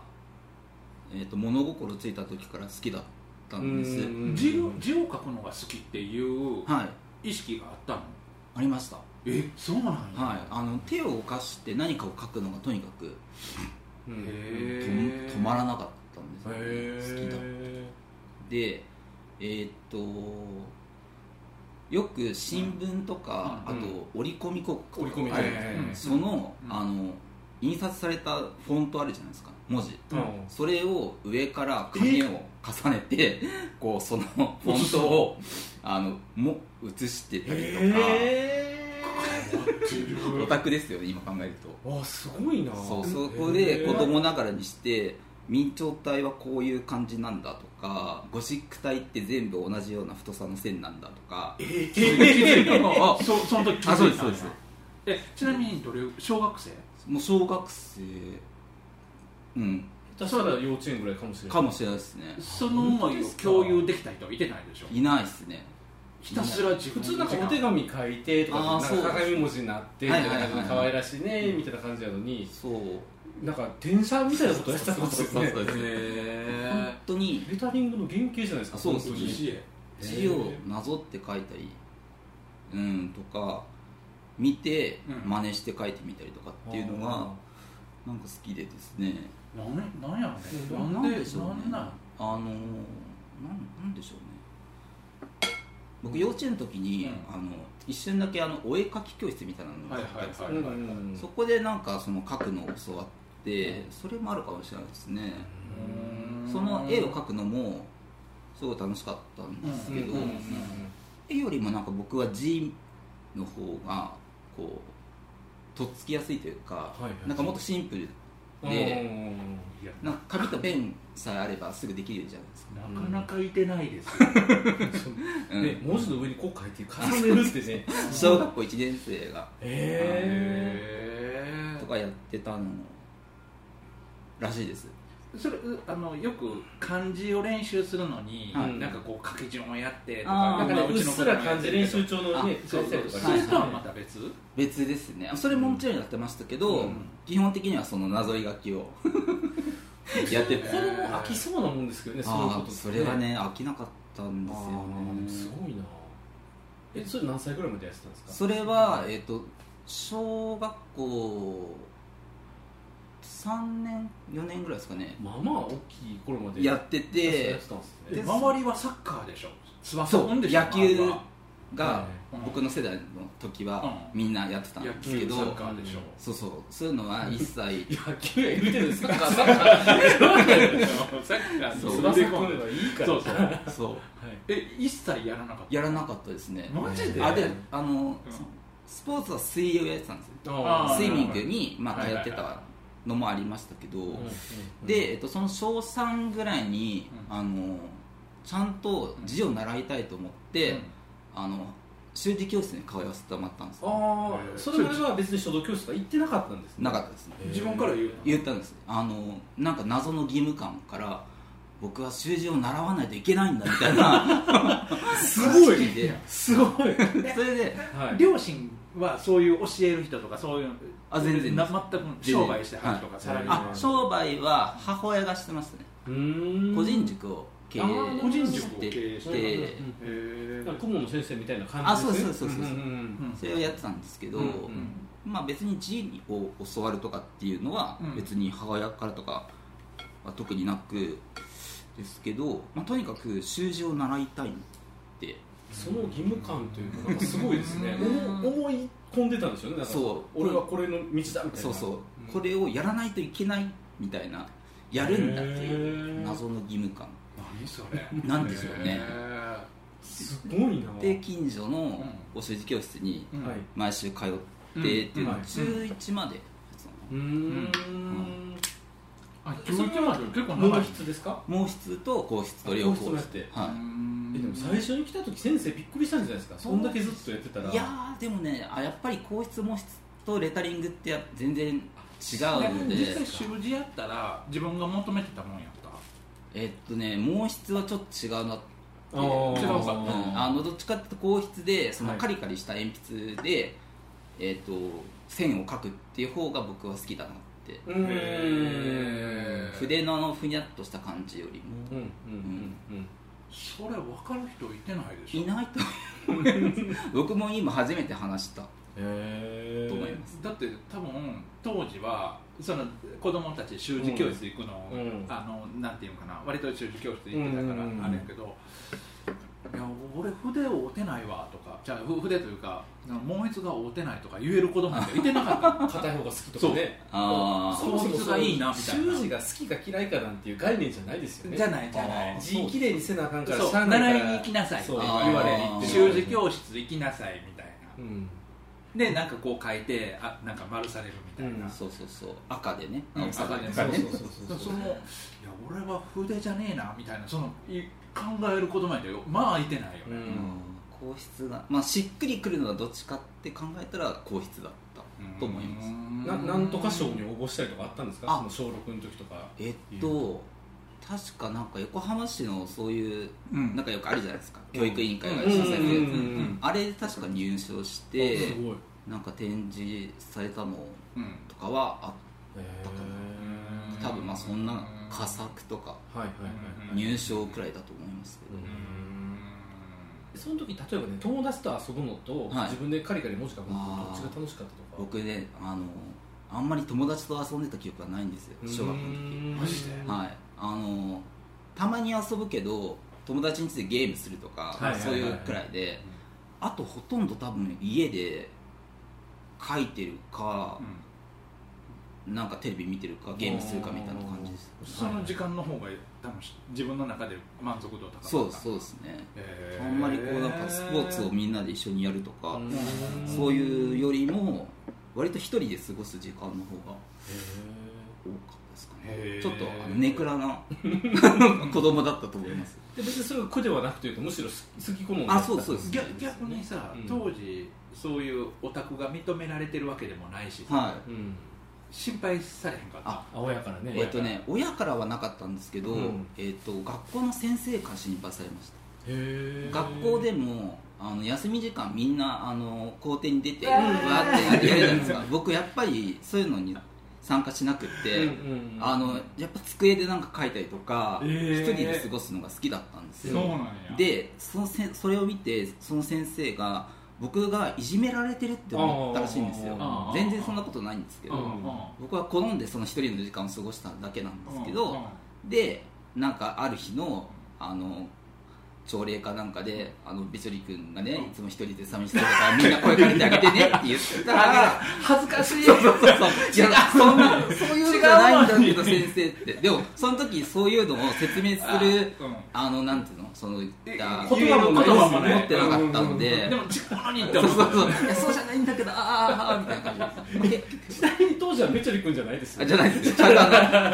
[SPEAKER 4] えー、と物心ついた時から好きだったんです
[SPEAKER 3] 字を字を書くのが好きっていう
[SPEAKER 4] はい
[SPEAKER 3] 意識があったの
[SPEAKER 4] ありました
[SPEAKER 3] えそうなんや、
[SPEAKER 4] はいあの手を動かして何かを描くのがとにかく
[SPEAKER 1] うん
[SPEAKER 3] へ
[SPEAKER 1] へ
[SPEAKER 4] と
[SPEAKER 3] え
[SPEAKER 4] 止まらなかったんですよ、好きだ
[SPEAKER 1] え
[SPEAKER 4] でえーっとよく新聞とか、
[SPEAKER 1] うん
[SPEAKER 4] あと折り込み広告
[SPEAKER 1] 折り込み
[SPEAKER 4] ある
[SPEAKER 1] はいはいはい
[SPEAKER 3] うん
[SPEAKER 4] その,、
[SPEAKER 3] うん
[SPEAKER 4] あの印刷されたフォントあるじゃないですか文字、
[SPEAKER 1] うん
[SPEAKER 4] それを上から紙を重ねて こうそのフォント をあのも写してたりとか、オタクですよね今考えると
[SPEAKER 1] あすごいな
[SPEAKER 4] そうそこで子供ながらにして明朝体はこういう感じなんだとかゴシック体って全部同じような太さの線なんだとか
[SPEAKER 3] え気づいたの そその時気づいたの
[SPEAKER 4] あそうですそうです
[SPEAKER 3] えちなみにどれ小学生
[SPEAKER 4] もう小学生うん
[SPEAKER 1] 下手したら幼稚園ぐらいかもしれない
[SPEAKER 4] かもしれないですね
[SPEAKER 3] その思いを共有できた人はいてないでしょ
[SPEAKER 4] いないですね
[SPEAKER 3] ひたすら自
[SPEAKER 1] 普
[SPEAKER 3] 分
[SPEAKER 1] 通なんかお手紙書いてとか
[SPEAKER 4] あー
[SPEAKER 1] なんか
[SPEAKER 4] そう
[SPEAKER 1] 鏡文字になってみ
[SPEAKER 4] は
[SPEAKER 1] た
[SPEAKER 4] い
[SPEAKER 1] い
[SPEAKER 4] は
[SPEAKER 1] ない
[SPEAKER 4] はいはい
[SPEAKER 1] 感じで可愛らしいねみたいな感じやのに
[SPEAKER 4] そう
[SPEAKER 1] なんか転写みたいなことやってたかもしれない
[SPEAKER 4] そうそうそうそう
[SPEAKER 1] へ
[SPEAKER 4] 本当に
[SPEAKER 1] ーレタリングの原型じゃないですか
[SPEAKER 4] あそうです
[SPEAKER 1] 本当に
[SPEAKER 4] 字字をなぞって書いたりうんとか見て
[SPEAKER 3] うん
[SPEAKER 4] 真似して書いてみたりとかっていうのがなんか好きでですね
[SPEAKER 3] なんなんやろね
[SPEAKER 4] な
[SPEAKER 3] なん
[SPEAKER 4] ん
[SPEAKER 3] で
[SPEAKER 4] でしょうね
[SPEAKER 3] なんなん
[SPEAKER 4] あのーなんなんでしょうね僕幼稚園の時に、
[SPEAKER 3] うん
[SPEAKER 4] あの一瞬だけあのお絵描き教室みたいなのがあったんですよ
[SPEAKER 3] は
[SPEAKER 1] う
[SPEAKER 3] い
[SPEAKER 1] ん
[SPEAKER 3] は
[SPEAKER 1] う
[SPEAKER 3] いはい
[SPEAKER 1] んうん
[SPEAKER 4] そこでなんかその描くのを教わって
[SPEAKER 1] う
[SPEAKER 4] それもあるかもしれないですね
[SPEAKER 3] うん
[SPEAKER 4] その絵を描くのもすごい楽しかったんですけど、
[SPEAKER 1] うんうん
[SPEAKER 4] 絵よりもなんか僕は字の方がこうとっつきやすいというか、
[SPEAKER 1] いはい
[SPEAKER 4] なんかもっとシンプル
[SPEAKER 1] うん
[SPEAKER 4] で
[SPEAKER 3] いや
[SPEAKER 4] なんか紙とペンさえあればすぐできるじゃないですか、
[SPEAKER 3] なかなかいてないですよ
[SPEAKER 4] うん
[SPEAKER 1] ね文字の上にこう書いて重ねるってね
[SPEAKER 4] 小学校1年生が
[SPEAKER 1] へ
[SPEAKER 3] へ
[SPEAKER 4] とかやってたのらしいです
[SPEAKER 3] ーそれうあのよく漢字を練習するのに、
[SPEAKER 1] はい
[SPEAKER 3] なんかこう書き順をやってとか
[SPEAKER 4] あ
[SPEAKER 1] ー
[SPEAKER 4] ー
[SPEAKER 1] なんか
[SPEAKER 3] まあ
[SPEAKER 1] ねうっすら漢字練習帳のね
[SPEAKER 4] あ
[SPEAKER 1] 書
[SPEAKER 3] そう
[SPEAKER 1] い
[SPEAKER 3] そ
[SPEAKER 1] た
[SPEAKER 3] う
[SPEAKER 1] りと
[SPEAKER 3] そ
[SPEAKER 1] か
[SPEAKER 4] は
[SPEAKER 1] ね
[SPEAKER 3] う
[SPEAKER 4] い
[SPEAKER 3] れとはまた別、
[SPEAKER 4] 別ですねそれももちろんやってましたけど、
[SPEAKER 1] うん
[SPEAKER 4] 基本的にはそのなぞり書きをやってて
[SPEAKER 1] これも飽きそうなもんですけどねそういうこ
[SPEAKER 4] あ
[SPEAKER 1] と
[SPEAKER 4] あそれはね飽きなかったんですよね
[SPEAKER 1] すごいなえそれ何歳ぐらいまでやってたんですか
[SPEAKER 4] それは、えっと小学校3年4年ぐらいですかね
[SPEAKER 1] まあまあ大きい頃まで
[SPEAKER 4] やって
[SPEAKER 1] や
[SPEAKER 4] て
[SPEAKER 1] ってたんです
[SPEAKER 3] で
[SPEAKER 1] ね
[SPEAKER 3] 周りはサッカーでしょ翼
[SPEAKER 4] そう
[SPEAKER 3] くんでしょ
[SPEAKER 4] 野球
[SPEAKER 3] 周りは
[SPEAKER 4] が
[SPEAKER 3] うん
[SPEAKER 4] 僕の世代の時は
[SPEAKER 3] うん
[SPEAKER 4] みんなやってたん
[SPEAKER 3] 野
[SPEAKER 4] ですけ
[SPEAKER 3] 球
[SPEAKER 4] ど
[SPEAKER 3] サッカーでしょ
[SPEAKER 4] そうそうそういうのは一切
[SPEAKER 1] 野球や言うてるんですか
[SPEAKER 4] サッカー
[SPEAKER 3] サッカー
[SPEAKER 4] そう
[SPEAKER 1] 翼くんはいいから
[SPEAKER 3] そうそう
[SPEAKER 4] そう
[SPEAKER 1] はい
[SPEAKER 3] え一切やらなかっ
[SPEAKER 4] やらなかったですね
[SPEAKER 3] マジで
[SPEAKER 4] あであの、スポーツは水泳をやってたんですよ
[SPEAKER 3] あー
[SPEAKER 4] スイミング
[SPEAKER 1] に
[SPEAKER 4] に、まあ、
[SPEAKER 3] はい
[SPEAKER 4] 通
[SPEAKER 3] はいは
[SPEAKER 4] っ
[SPEAKER 3] い
[SPEAKER 4] てたのもありましたけど、で、えっと、その小3ぐらいに、
[SPEAKER 3] う
[SPEAKER 4] あのちゃんと字を習いたいと思って、
[SPEAKER 3] うん
[SPEAKER 4] あの習字教室に通わせてもらったんですよ
[SPEAKER 1] ああそれまでは別に書道教室とか行ってなかったんですね
[SPEAKER 4] なかったですね
[SPEAKER 1] へ
[SPEAKER 3] た
[SPEAKER 1] ー
[SPEAKER 3] 自分から言う
[SPEAKER 4] 言ったんですあのなんか謎の義務感から僕は習字を習わないといけないんだみたい な
[SPEAKER 1] すごい
[SPEAKER 4] 意識です
[SPEAKER 1] ごい
[SPEAKER 4] それで
[SPEAKER 1] はい
[SPEAKER 3] 両親はそういう教える人とかそういう
[SPEAKER 4] あ全然
[SPEAKER 3] な全く商売してはるとか
[SPEAKER 1] 全
[SPEAKER 3] サラ
[SPEAKER 1] 然
[SPEAKER 3] リーマン
[SPEAKER 4] あ商売は母親がしてましたね、
[SPEAKER 1] うーん
[SPEAKER 4] 個人塾を経営
[SPEAKER 1] あー
[SPEAKER 3] 個人塾を経営して
[SPEAKER 4] て
[SPEAKER 1] うんうんうん
[SPEAKER 3] へ
[SPEAKER 1] なん
[SPEAKER 3] ー
[SPEAKER 1] か顧問の先生みたいな感じですね
[SPEAKER 4] あそうそうそうそうそうん
[SPEAKER 1] ん
[SPEAKER 4] それをやってたんですけど、
[SPEAKER 1] うんう
[SPEAKER 3] うん
[SPEAKER 1] ん
[SPEAKER 4] まあ、別に字を教わるとかっていうのは
[SPEAKER 3] うん
[SPEAKER 4] 別に母親からとかは特になくですけど、まあ、とにかく習字を習いたいって
[SPEAKER 1] その義務感というかなんかすごいですね
[SPEAKER 4] うん
[SPEAKER 1] 思思い込んでたんですよねなんか
[SPEAKER 4] そう
[SPEAKER 1] 俺はこれの道だみたいな
[SPEAKER 4] そうそう、
[SPEAKER 1] ん
[SPEAKER 4] これをやらないといけないみたいなやるんだってい
[SPEAKER 1] へ
[SPEAKER 4] う
[SPEAKER 1] ー
[SPEAKER 4] 謎の義務感
[SPEAKER 3] 何それ
[SPEAKER 4] なんでしょうね
[SPEAKER 3] へ
[SPEAKER 1] すごいな
[SPEAKER 4] で近所のお習字教室に
[SPEAKER 3] ー
[SPEAKER 1] はい
[SPEAKER 4] 毎週通ってっていうの
[SPEAKER 1] う
[SPEAKER 4] は
[SPEAKER 1] ん
[SPEAKER 4] 中1までやってたの
[SPEAKER 1] うーん
[SPEAKER 3] あ教育まで結構長
[SPEAKER 1] 毛
[SPEAKER 3] い
[SPEAKER 1] 筆ですか
[SPEAKER 4] 毛筆と硬筆と両方
[SPEAKER 1] 毛筆もやって
[SPEAKER 4] は
[SPEAKER 1] えでも最初に来た時先生びっくりしたんじゃないですかそんだけずっとやってたら
[SPEAKER 4] い、いやーでもねあやっぱり硬筆毛筆とレタリングってや全然違うので
[SPEAKER 3] 実際習字やったら自分が求めてたもんやった
[SPEAKER 4] えっとね毛筆はちょっと違うなって
[SPEAKER 1] あー
[SPEAKER 3] 違うか
[SPEAKER 4] うんあのどっちかっていうと硬筆でその
[SPEAKER 1] はい
[SPEAKER 4] カリカリした鉛筆で、えっと線を描くっていう方が僕は好きだなって、
[SPEAKER 1] うーん
[SPEAKER 4] 筆のあのふにゃっとした感じよりも
[SPEAKER 1] うんうんうん
[SPEAKER 3] それ分かる人いてないでしょ
[SPEAKER 4] いないと思います僕も今初めて話した
[SPEAKER 1] うんへえ
[SPEAKER 4] と思います、
[SPEAKER 3] だって多分当時はその子供たち習字教室行くの、
[SPEAKER 1] うんうん
[SPEAKER 3] あのなんていうのかな割と習字教室行って
[SPEAKER 1] う
[SPEAKER 3] たか
[SPEAKER 1] んうんうん
[SPEAKER 3] らあれやけど、いや俺筆を折てないわとかじゃあふ筆というか毛筆が折てないとか言える子供なんていてなかっ
[SPEAKER 1] 硬い方が好きとかね
[SPEAKER 4] あ
[SPEAKER 1] そもそも
[SPEAKER 3] 効率がいいなみたいな
[SPEAKER 1] 習字が好きか嫌いかなんていう概念 じゃないですよね
[SPEAKER 3] たじゃないじゃない
[SPEAKER 4] あ
[SPEAKER 1] 字きれいにせなあかんから
[SPEAKER 3] そう
[SPEAKER 1] しゃあないから
[SPEAKER 3] 習いに行きなさい
[SPEAKER 1] そう
[SPEAKER 4] あー
[SPEAKER 1] 言われ
[SPEAKER 4] あー
[SPEAKER 1] て
[SPEAKER 3] 習字教室行きなさいみたいな
[SPEAKER 1] うん
[SPEAKER 3] でなんかこう書いてあなんか丸されるみたいな、
[SPEAKER 1] うん
[SPEAKER 4] あそうそうそう赤でね
[SPEAKER 3] うん
[SPEAKER 4] 青さがね
[SPEAKER 1] そう
[SPEAKER 3] 赤
[SPEAKER 1] そう
[SPEAKER 3] で
[SPEAKER 1] そう
[SPEAKER 3] そ
[SPEAKER 1] そう
[SPEAKER 3] のいや俺は筆じゃねえなみたいなそのい考えることまでよまあいてないよ
[SPEAKER 1] う
[SPEAKER 3] ね、
[SPEAKER 4] うんん硬筆がまあしっくりくるのはどっちかって考えたら硬筆だったと思います
[SPEAKER 3] す
[SPEAKER 1] ななんとか賞に応募したりとかあったんですか
[SPEAKER 4] あ
[SPEAKER 1] その小6の時とか
[SPEAKER 4] えっと確かなんか横浜市のそういう
[SPEAKER 3] うん
[SPEAKER 4] なんかよくあるじゃないですか、教育委員会が主
[SPEAKER 1] う
[SPEAKER 4] 催
[SPEAKER 1] ん
[SPEAKER 4] するやつ、
[SPEAKER 1] うんうんうん
[SPEAKER 4] あれで確か入賞し
[SPEAKER 1] あ
[SPEAKER 4] て
[SPEAKER 1] すごい
[SPEAKER 4] なんか展示されたの
[SPEAKER 3] うん
[SPEAKER 4] とかはあ
[SPEAKER 1] へ
[SPEAKER 3] うん
[SPEAKER 4] 多分まあそんな佳作とか
[SPEAKER 1] ーはいはいはい
[SPEAKER 3] うん
[SPEAKER 4] 入賞くらいだと思いますけ
[SPEAKER 1] う
[SPEAKER 4] ど、
[SPEAKER 1] んその時例えばね友達と遊ぶのと
[SPEAKER 4] はい
[SPEAKER 1] 自分でカリカリ文字書くのとどっ
[SPEAKER 4] あ
[SPEAKER 1] ち
[SPEAKER 4] ー
[SPEAKER 1] が楽しかったとか
[SPEAKER 4] 僕ねあのあんまり友達と遊んでた記憶がないんですよ小学校の時
[SPEAKER 1] マ
[SPEAKER 3] マジで
[SPEAKER 4] はいあのたまに遊ぶけど友達についてゲームするとか、
[SPEAKER 1] はいはいはい
[SPEAKER 4] そういうくらいであとほとんど多分家で書いてるか、なんかテレビ見てるかゲームするかみたいな感じです
[SPEAKER 3] その時間の方が多分自分の中で満足度高かった
[SPEAKER 4] そうそうですね
[SPEAKER 3] へ
[SPEAKER 4] あ
[SPEAKER 3] ー
[SPEAKER 4] んまりこうなんかスポーツをみんなで一緒にやるとか、
[SPEAKER 1] うん
[SPEAKER 4] そういうよりも割と一人で過ごす時間の方が
[SPEAKER 1] へ
[SPEAKER 4] 多かったですか
[SPEAKER 3] へ
[SPEAKER 4] ね
[SPEAKER 3] ー
[SPEAKER 4] ちょっとあのネクラ な子供だったと思います
[SPEAKER 1] ーで別にそれが苦ではなくというかむしろ好き好き好み
[SPEAKER 4] あそうそうです
[SPEAKER 3] 逆逆にさ、
[SPEAKER 1] うん
[SPEAKER 3] 当時そういうオタクが認められてるわけでもないし、
[SPEAKER 4] は
[SPEAKER 1] うん
[SPEAKER 3] 心配されへんかった
[SPEAKER 4] あ
[SPEAKER 1] あ親からね
[SPEAKER 4] いえっとね親からはなかったんですけど、
[SPEAKER 1] うん
[SPEAKER 4] えっと学校の先生から心配されました
[SPEAKER 1] へー
[SPEAKER 4] 学校でもあの休み時間みんなあの校庭に出てわーってやるじゃないですか 僕やっぱりそういうのに参加しなくって、
[SPEAKER 1] うんうんうん
[SPEAKER 4] あのやっぱ机でなんか書いたりとか、
[SPEAKER 3] えー
[SPEAKER 4] 一人で過ごすのが好きだったんです
[SPEAKER 3] そう
[SPEAKER 4] よ
[SPEAKER 3] なんや
[SPEAKER 4] でそのせそれを見てその先生が僕がいじめられてるって思ったらしいんですよ
[SPEAKER 3] あー
[SPEAKER 4] 全然そんなことないんですけ
[SPEAKER 1] う
[SPEAKER 4] ど
[SPEAKER 1] ん
[SPEAKER 4] 僕は好んでその一人の時間を過ごしただけなんですけどでなんかある日のあの朝礼かなんかであのビチョリ君がねいつも一人で寂しそうだからみんな声かけてあげてねって言った ら
[SPEAKER 3] 恥ずかしい
[SPEAKER 4] そうそうそういやそんなそういうのじゃないんだけ
[SPEAKER 3] 違う
[SPEAKER 4] ど
[SPEAKER 3] の
[SPEAKER 4] 先生ってでもその時そういうのを説明するあのなんていうのその言った
[SPEAKER 1] 言葉も
[SPEAKER 3] 言葉もね
[SPEAKER 4] 持ってなかったの
[SPEAKER 1] うんうん
[SPEAKER 4] で
[SPEAKER 3] でもちっこなにって
[SPEAKER 4] そう
[SPEAKER 3] 思
[SPEAKER 4] そう
[SPEAKER 3] う
[SPEAKER 4] そういやそうじゃないんだけどあーあーあーみたいな感じです
[SPEAKER 1] ちなみに当時はめちゃりくんじゃないですよ
[SPEAKER 4] あじゃないですちゃんとあ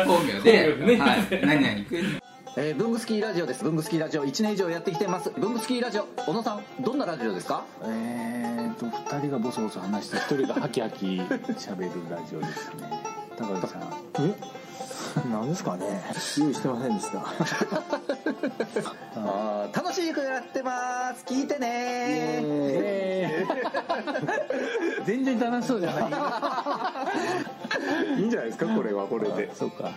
[SPEAKER 4] の本名で
[SPEAKER 1] 本名でね
[SPEAKER 4] はい、何々君
[SPEAKER 7] えー、ブングスキーラジオです。ブングスキーラジオ1年以上やってきてます。ブングスキーラジオ、小野さん、どんなラジオですか
[SPEAKER 8] えーと2人がボソボソ話して1人がハキハキ喋るラジオですね高橋さんえなんですかね用意してませんでした
[SPEAKER 7] あー楽しくやってます。聞いてねー。
[SPEAKER 8] 全然楽しそうじゃないいいんじゃないですかこれはこれでそうか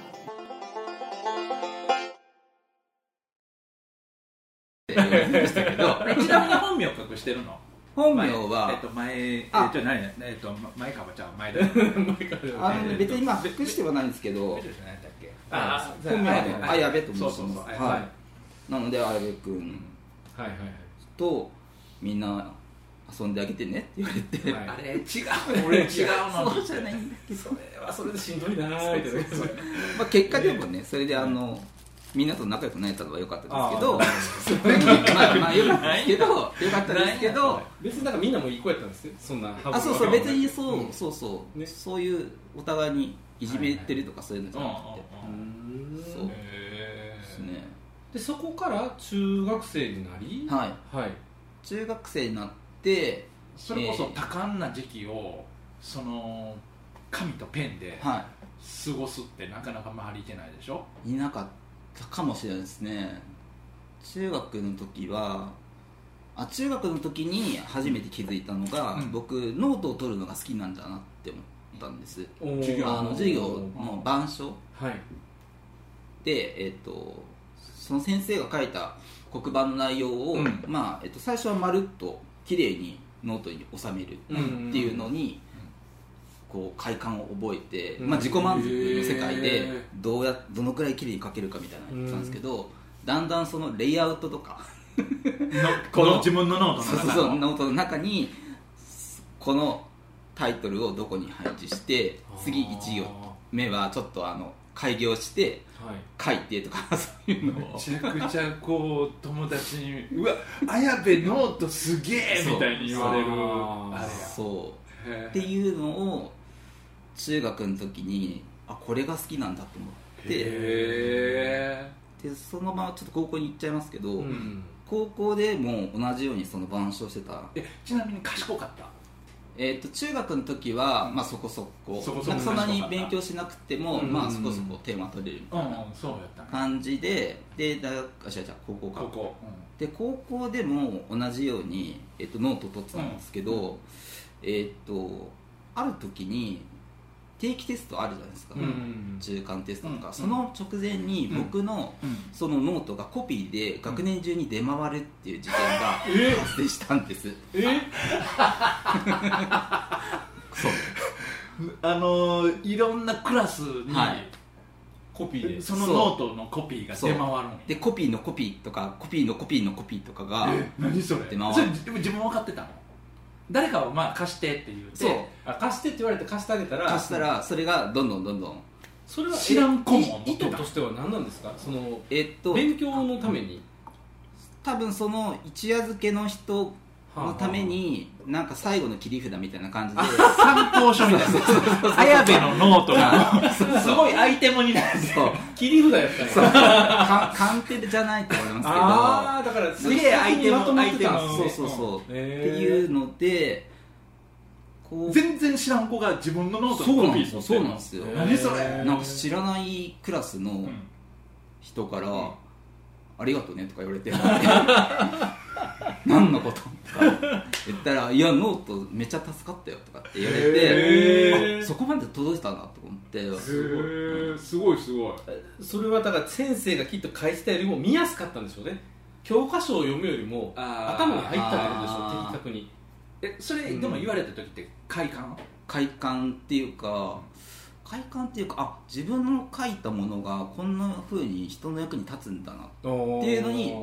[SPEAKER 3] えちなみに本名隠してるの
[SPEAKER 4] 本名
[SPEAKER 3] 前えっ
[SPEAKER 4] は
[SPEAKER 3] と前え
[SPEAKER 4] あ
[SPEAKER 3] じゃないえっとま前かばちゃん 前だよ前
[SPEAKER 4] あの別に今隠してはないんですけど
[SPEAKER 3] じゃないんだっけ
[SPEAKER 1] あ
[SPEAKER 3] そう
[SPEAKER 4] 本名は
[SPEAKER 3] はいはい
[SPEAKER 4] あやべと申し
[SPEAKER 3] そ
[SPEAKER 4] ま
[SPEAKER 3] う
[SPEAKER 4] す
[SPEAKER 3] そうそう
[SPEAKER 4] は
[SPEAKER 3] はい
[SPEAKER 4] なのであやべ君
[SPEAKER 1] はいはい
[SPEAKER 4] とみんな遊んであげてねって言われて、
[SPEAKER 1] はい
[SPEAKER 3] あれ違う俺違うの
[SPEAKER 4] そうじゃないんだけど、
[SPEAKER 1] それはそれでしんどいなーって
[SPEAKER 4] まあ、結果でもねそれであのみんなと仲良くなれたのは良かったですけど
[SPEAKER 1] あ
[SPEAKER 4] それにまあまあ良かったですけど良かったですけど
[SPEAKER 1] 別になんかみんなもいい子やったんですよそんな
[SPEAKER 4] あそうそう別にそう、
[SPEAKER 1] ん
[SPEAKER 4] そうそう、
[SPEAKER 1] ね
[SPEAKER 4] そういうお互いにいじめてるとかそういうのじゃなくて、
[SPEAKER 1] うーん
[SPEAKER 4] そう
[SPEAKER 3] へ
[SPEAKER 4] ですね
[SPEAKER 1] でそこから中学生になり
[SPEAKER 4] はい
[SPEAKER 1] はい
[SPEAKER 4] 中学生になって
[SPEAKER 3] それこそ
[SPEAKER 4] えー
[SPEAKER 3] 多感な時期をその紙とペンで
[SPEAKER 4] は
[SPEAKER 3] 過ごすってなかなか周りいてないでしょ
[SPEAKER 4] いいなかったかもしれないですね中学の時はあ中学の時に初めて気づいたのが、
[SPEAKER 3] うん
[SPEAKER 4] 僕ノートを取るのが好きなんだなって思ったんです
[SPEAKER 1] おー
[SPEAKER 3] 授業
[SPEAKER 4] あの授業の板書
[SPEAKER 1] はい
[SPEAKER 4] で、えっとその先生が書いた黒板の内容を、
[SPEAKER 3] うん
[SPEAKER 4] まあえっと最初はまるっと綺麗にノートに収めるっていうのに、こう快感を覚えて、
[SPEAKER 1] うん
[SPEAKER 4] まあ、自己満足の世界
[SPEAKER 3] へ
[SPEAKER 4] で
[SPEAKER 3] ー
[SPEAKER 4] どうやどのくらい綺麗に書けるかみたいなのやってたんですけど、だんだんそのレイアウトとか この
[SPEAKER 3] 自分のノート
[SPEAKER 4] そう
[SPEAKER 3] の
[SPEAKER 4] そう
[SPEAKER 3] 中
[SPEAKER 4] そう
[SPEAKER 3] の
[SPEAKER 4] ノートの中にこのタイトルをどこに配置して次1行
[SPEAKER 1] は
[SPEAKER 4] 目はちょっとあの改行して書いてとかそういうのを
[SPEAKER 3] めちゃくちゃこう友達に「うわ綾部ノートすげえ!」みたいに言われる
[SPEAKER 1] そう
[SPEAKER 3] あ
[SPEAKER 4] そう
[SPEAKER 3] れやへー
[SPEAKER 4] っていうのを中学の時にあこれが好きなんだと思って
[SPEAKER 3] へ
[SPEAKER 4] でそのままちょっと高校に行っちゃいますけど、
[SPEAKER 1] いうん
[SPEAKER 4] 高校でも同じようにその板書してた、
[SPEAKER 3] ええちなみに賢かった
[SPEAKER 4] えー、と中学の時は、まあ、そこそこ
[SPEAKER 3] そこそこ
[SPEAKER 4] なんかそんなに勉強しなくても、
[SPEAKER 1] うん
[SPEAKER 4] まあ、そこそこテーマ取れるみたいな
[SPEAKER 3] うんそうやったね
[SPEAKER 4] 感じでで大学あ違う違う高校か
[SPEAKER 3] ここ
[SPEAKER 4] で高校でも同じように、えっとノート取ってたんですけど、えっとある時に定期テストあるじゃないですか、
[SPEAKER 1] うん
[SPEAKER 4] 中間テストとか、
[SPEAKER 3] うん
[SPEAKER 4] その直前に
[SPEAKER 3] うん
[SPEAKER 4] 僕の
[SPEAKER 3] うん
[SPEAKER 4] そのノートがコピーで学年中に出回るっていう事件
[SPEAKER 1] え
[SPEAKER 4] が発生したんです、
[SPEAKER 1] え
[SPEAKER 4] そう
[SPEAKER 3] あのーいろんなクラスに、
[SPEAKER 4] はい
[SPEAKER 1] コピーで
[SPEAKER 3] そのノートのコピーが出回るんや
[SPEAKER 4] でコピーのコピーとかコピーのコピーのコピーとかが
[SPEAKER 3] え何それ
[SPEAKER 4] 出回る
[SPEAKER 3] それでも自分分かってたの誰かをまあ貸してって言って
[SPEAKER 4] そう
[SPEAKER 1] あ貸してって言われて貸してあげたら
[SPEAKER 4] 貸したらそれがどんどんどんどん
[SPEAKER 1] それは
[SPEAKER 3] 知らん子も
[SPEAKER 1] え
[SPEAKER 3] 持
[SPEAKER 1] 意
[SPEAKER 3] っ
[SPEAKER 1] 図
[SPEAKER 3] てた
[SPEAKER 1] としては何なんですかその
[SPEAKER 4] えっと
[SPEAKER 1] 勉強のために
[SPEAKER 4] 多分その一夜漬けの人のためになんか最後の切り札みたいな感じで
[SPEAKER 3] 参考書みたいな綾部のノー トがすごいアイテムになる
[SPEAKER 4] そう
[SPEAKER 1] 切り札やったんや
[SPEAKER 4] か鑑定じゃないと思いますけど
[SPEAKER 1] ああだから
[SPEAKER 4] すげえ相手
[SPEAKER 1] ま
[SPEAKER 4] の
[SPEAKER 1] とまっ
[SPEAKER 4] 相手
[SPEAKER 1] てたん
[SPEAKER 4] が
[SPEAKER 1] です
[SPEAKER 4] そう
[SPEAKER 1] ね
[SPEAKER 4] そうそう、って
[SPEAKER 1] へー
[SPEAKER 4] いうのでこう
[SPEAKER 3] 全然知らん子が自分のノート
[SPEAKER 4] そう
[SPEAKER 3] のコ
[SPEAKER 4] なん
[SPEAKER 3] ピ
[SPEAKER 4] です
[SPEAKER 3] ー
[SPEAKER 4] よ
[SPEAKER 3] 取
[SPEAKER 4] そう
[SPEAKER 3] って
[SPEAKER 4] なん
[SPEAKER 3] る
[SPEAKER 4] ですよ
[SPEAKER 1] へ
[SPEAKER 3] 何それ
[SPEAKER 1] へー
[SPEAKER 4] なんか知らないクラスの
[SPEAKER 3] うん
[SPEAKER 4] 人から
[SPEAKER 3] うん
[SPEAKER 4] 「ありがとうね」とか言われて「 何のこと?」とか言ったら「いやノートめっちゃ助かったよ」とかって言われ
[SPEAKER 1] へー
[SPEAKER 4] てあそこまで届いたなと思って
[SPEAKER 3] へーすごいすごい
[SPEAKER 1] それはだから先生がきっと書いてたよりも見やすかったんでしょうね教科書を読むよりも
[SPEAKER 3] あー
[SPEAKER 1] 頭に入ったってことでしょ的確に
[SPEAKER 3] えそれでも言われた時って快感、
[SPEAKER 4] 快感っていうか快感っていうかあ自分の書いたものがこんな風に人の役に立つんだな
[SPEAKER 1] って
[SPEAKER 4] いうのに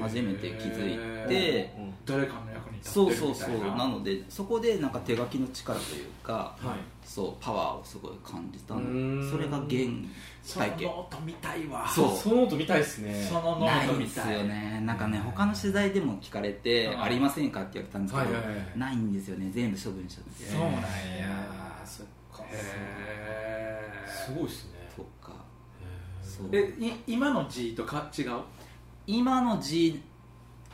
[SPEAKER 4] 初めて気づいて
[SPEAKER 3] 誰かの役に立っ
[SPEAKER 4] そう
[SPEAKER 3] てる
[SPEAKER 4] そう
[SPEAKER 3] みた
[SPEAKER 4] そ
[SPEAKER 3] いな
[SPEAKER 4] うなのでそこでなんか手書きの力というか
[SPEAKER 1] はい
[SPEAKER 4] そうパワーをすごい感じた
[SPEAKER 1] うーん
[SPEAKER 4] のそれが原
[SPEAKER 3] その
[SPEAKER 4] 体
[SPEAKER 3] ノ
[SPEAKER 4] 験
[SPEAKER 3] ート見たいわ
[SPEAKER 4] そう
[SPEAKER 1] そのノート見たいですね
[SPEAKER 3] そのノ
[SPEAKER 4] な
[SPEAKER 3] ー
[SPEAKER 4] い
[SPEAKER 3] ト
[SPEAKER 4] んで
[SPEAKER 3] 見
[SPEAKER 4] す
[SPEAKER 3] たい
[SPEAKER 4] よねなんかね他の取材でも聞かれて
[SPEAKER 3] うん
[SPEAKER 4] ありませんかって言われたんですけ
[SPEAKER 1] はいはいはい
[SPEAKER 4] どないんですよね全部処分しちゃって
[SPEAKER 3] そうなんや
[SPEAKER 1] そっか
[SPEAKER 3] へ
[SPEAKER 1] すごいですね
[SPEAKER 4] とかそう
[SPEAKER 3] えい今の G とか違う
[SPEAKER 4] 今の事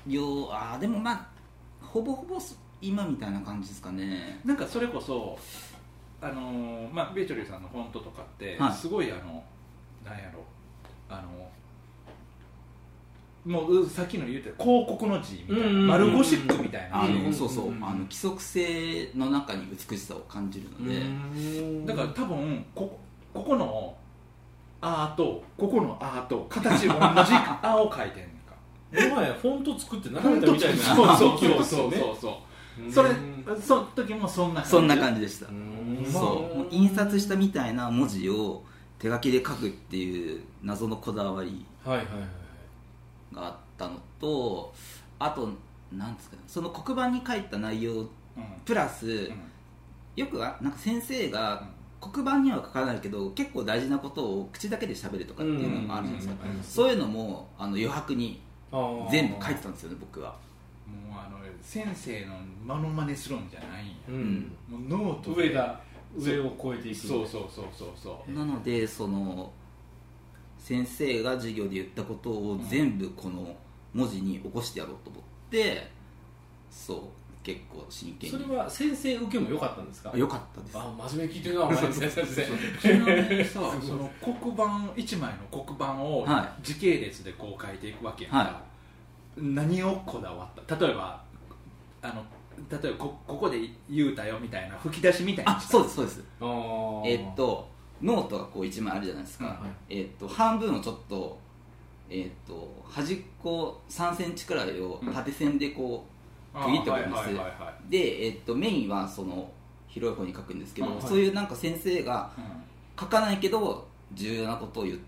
[SPEAKER 4] 業あーでもまあほぼほぼそ今みたいな感じですかね
[SPEAKER 3] なんかそれこそあのーまあベイチョリーさんのフォントとかって、
[SPEAKER 4] はい
[SPEAKER 3] すごいあのなんやろあのもううさっきの言うて広告の G みた
[SPEAKER 1] う
[SPEAKER 3] いな、
[SPEAKER 1] んうんうん
[SPEAKER 3] 丸ゴシックみたいな、
[SPEAKER 4] あ
[SPEAKER 1] うんうんう
[SPEAKER 4] の
[SPEAKER 1] ん
[SPEAKER 4] そうそうあの規則性の中に美しさを感じるので
[SPEAKER 1] ん
[SPEAKER 3] だから多分こここのアーとここのアーと形同じ アを描いてんねんか
[SPEAKER 1] 今やフォント作って並べたみたいな
[SPEAKER 3] そうそうそうそうそう
[SPEAKER 1] う
[SPEAKER 3] それ
[SPEAKER 1] う
[SPEAKER 3] その時もそんな感じ
[SPEAKER 4] そんな感じでした
[SPEAKER 1] ん
[SPEAKER 4] そうもう印刷したみたいな文字を手書きで書くっていう謎のこだわり
[SPEAKER 1] はいはいはい
[SPEAKER 4] があったのとあとなんですかねその黒板に書いた内容
[SPEAKER 3] うん
[SPEAKER 4] プラス、
[SPEAKER 3] うん
[SPEAKER 4] よくはなんか先生が黒板には書かないけど結構大事なことを口だけで喋るとかっていうのもあるじゃないですか、
[SPEAKER 1] うんうんうんうん
[SPEAKER 4] そういうのもあの余白に
[SPEAKER 1] あー
[SPEAKER 4] 全部書いてたんですよね僕は
[SPEAKER 3] もうあの先生のモノマネするんじゃないんや
[SPEAKER 1] うん
[SPEAKER 3] もうノートで
[SPEAKER 1] 上が上を超えていく
[SPEAKER 3] そうそうそうそうそう
[SPEAKER 4] なのでその先生が授業で言ったことを全部この文字に起こしてやろうと思ってそう結構真剣
[SPEAKER 1] それ
[SPEAKER 4] に
[SPEAKER 1] は先生受けも良かったんですか
[SPEAKER 4] あよかったです
[SPEAKER 1] あ真面目に聞いてるなお前先生 先
[SPEAKER 3] ち なみにさ
[SPEAKER 1] ごい
[SPEAKER 3] その黒板一枚の黒板を
[SPEAKER 4] は
[SPEAKER 3] 時系列でこう書いていくわけやから、
[SPEAKER 4] は
[SPEAKER 3] 何をこだわった例えばあの例えばこここで言うたよみたいな吹き出しみたい
[SPEAKER 4] あ
[SPEAKER 3] な
[SPEAKER 4] そうですそうです
[SPEAKER 1] 生
[SPEAKER 4] えっとノートがこう1枚あるじゃないですか、
[SPEAKER 3] うんはい
[SPEAKER 4] えっと半分をちょっと,、えっと端っこ3センチくらいを縦線でこう区切っておきます、
[SPEAKER 3] あはいはいはいはい
[SPEAKER 4] で、えっとメインはその広い方に書くんですけど、
[SPEAKER 3] あはい
[SPEAKER 4] そういうなんか先生が書かないけど重要なことを言っ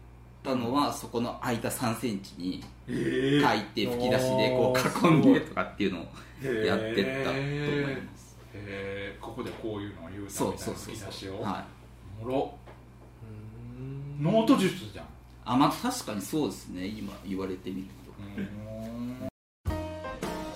[SPEAKER 4] たのはそこの空いた3センチに
[SPEAKER 3] うん
[SPEAKER 4] 書
[SPEAKER 3] え
[SPEAKER 4] い
[SPEAKER 3] ー
[SPEAKER 4] て吹き出しでこ
[SPEAKER 1] あー
[SPEAKER 4] う囲んでとかっていうのをやってったと思い
[SPEAKER 3] へ
[SPEAKER 4] ます、
[SPEAKER 3] ーへーここでこういうのを言うた
[SPEAKER 4] そ
[SPEAKER 3] み
[SPEAKER 4] う
[SPEAKER 3] たい
[SPEAKER 4] そう
[SPEAKER 3] な
[SPEAKER 4] そ
[SPEAKER 3] 吹
[SPEAKER 4] う
[SPEAKER 3] き出し
[SPEAKER 4] そ
[SPEAKER 3] を
[SPEAKER 4] う、はい、
[SPEAKER 3] おもろノート術じゃん
[SPEAKER 4] あまあ確かにそうですね今言われてみると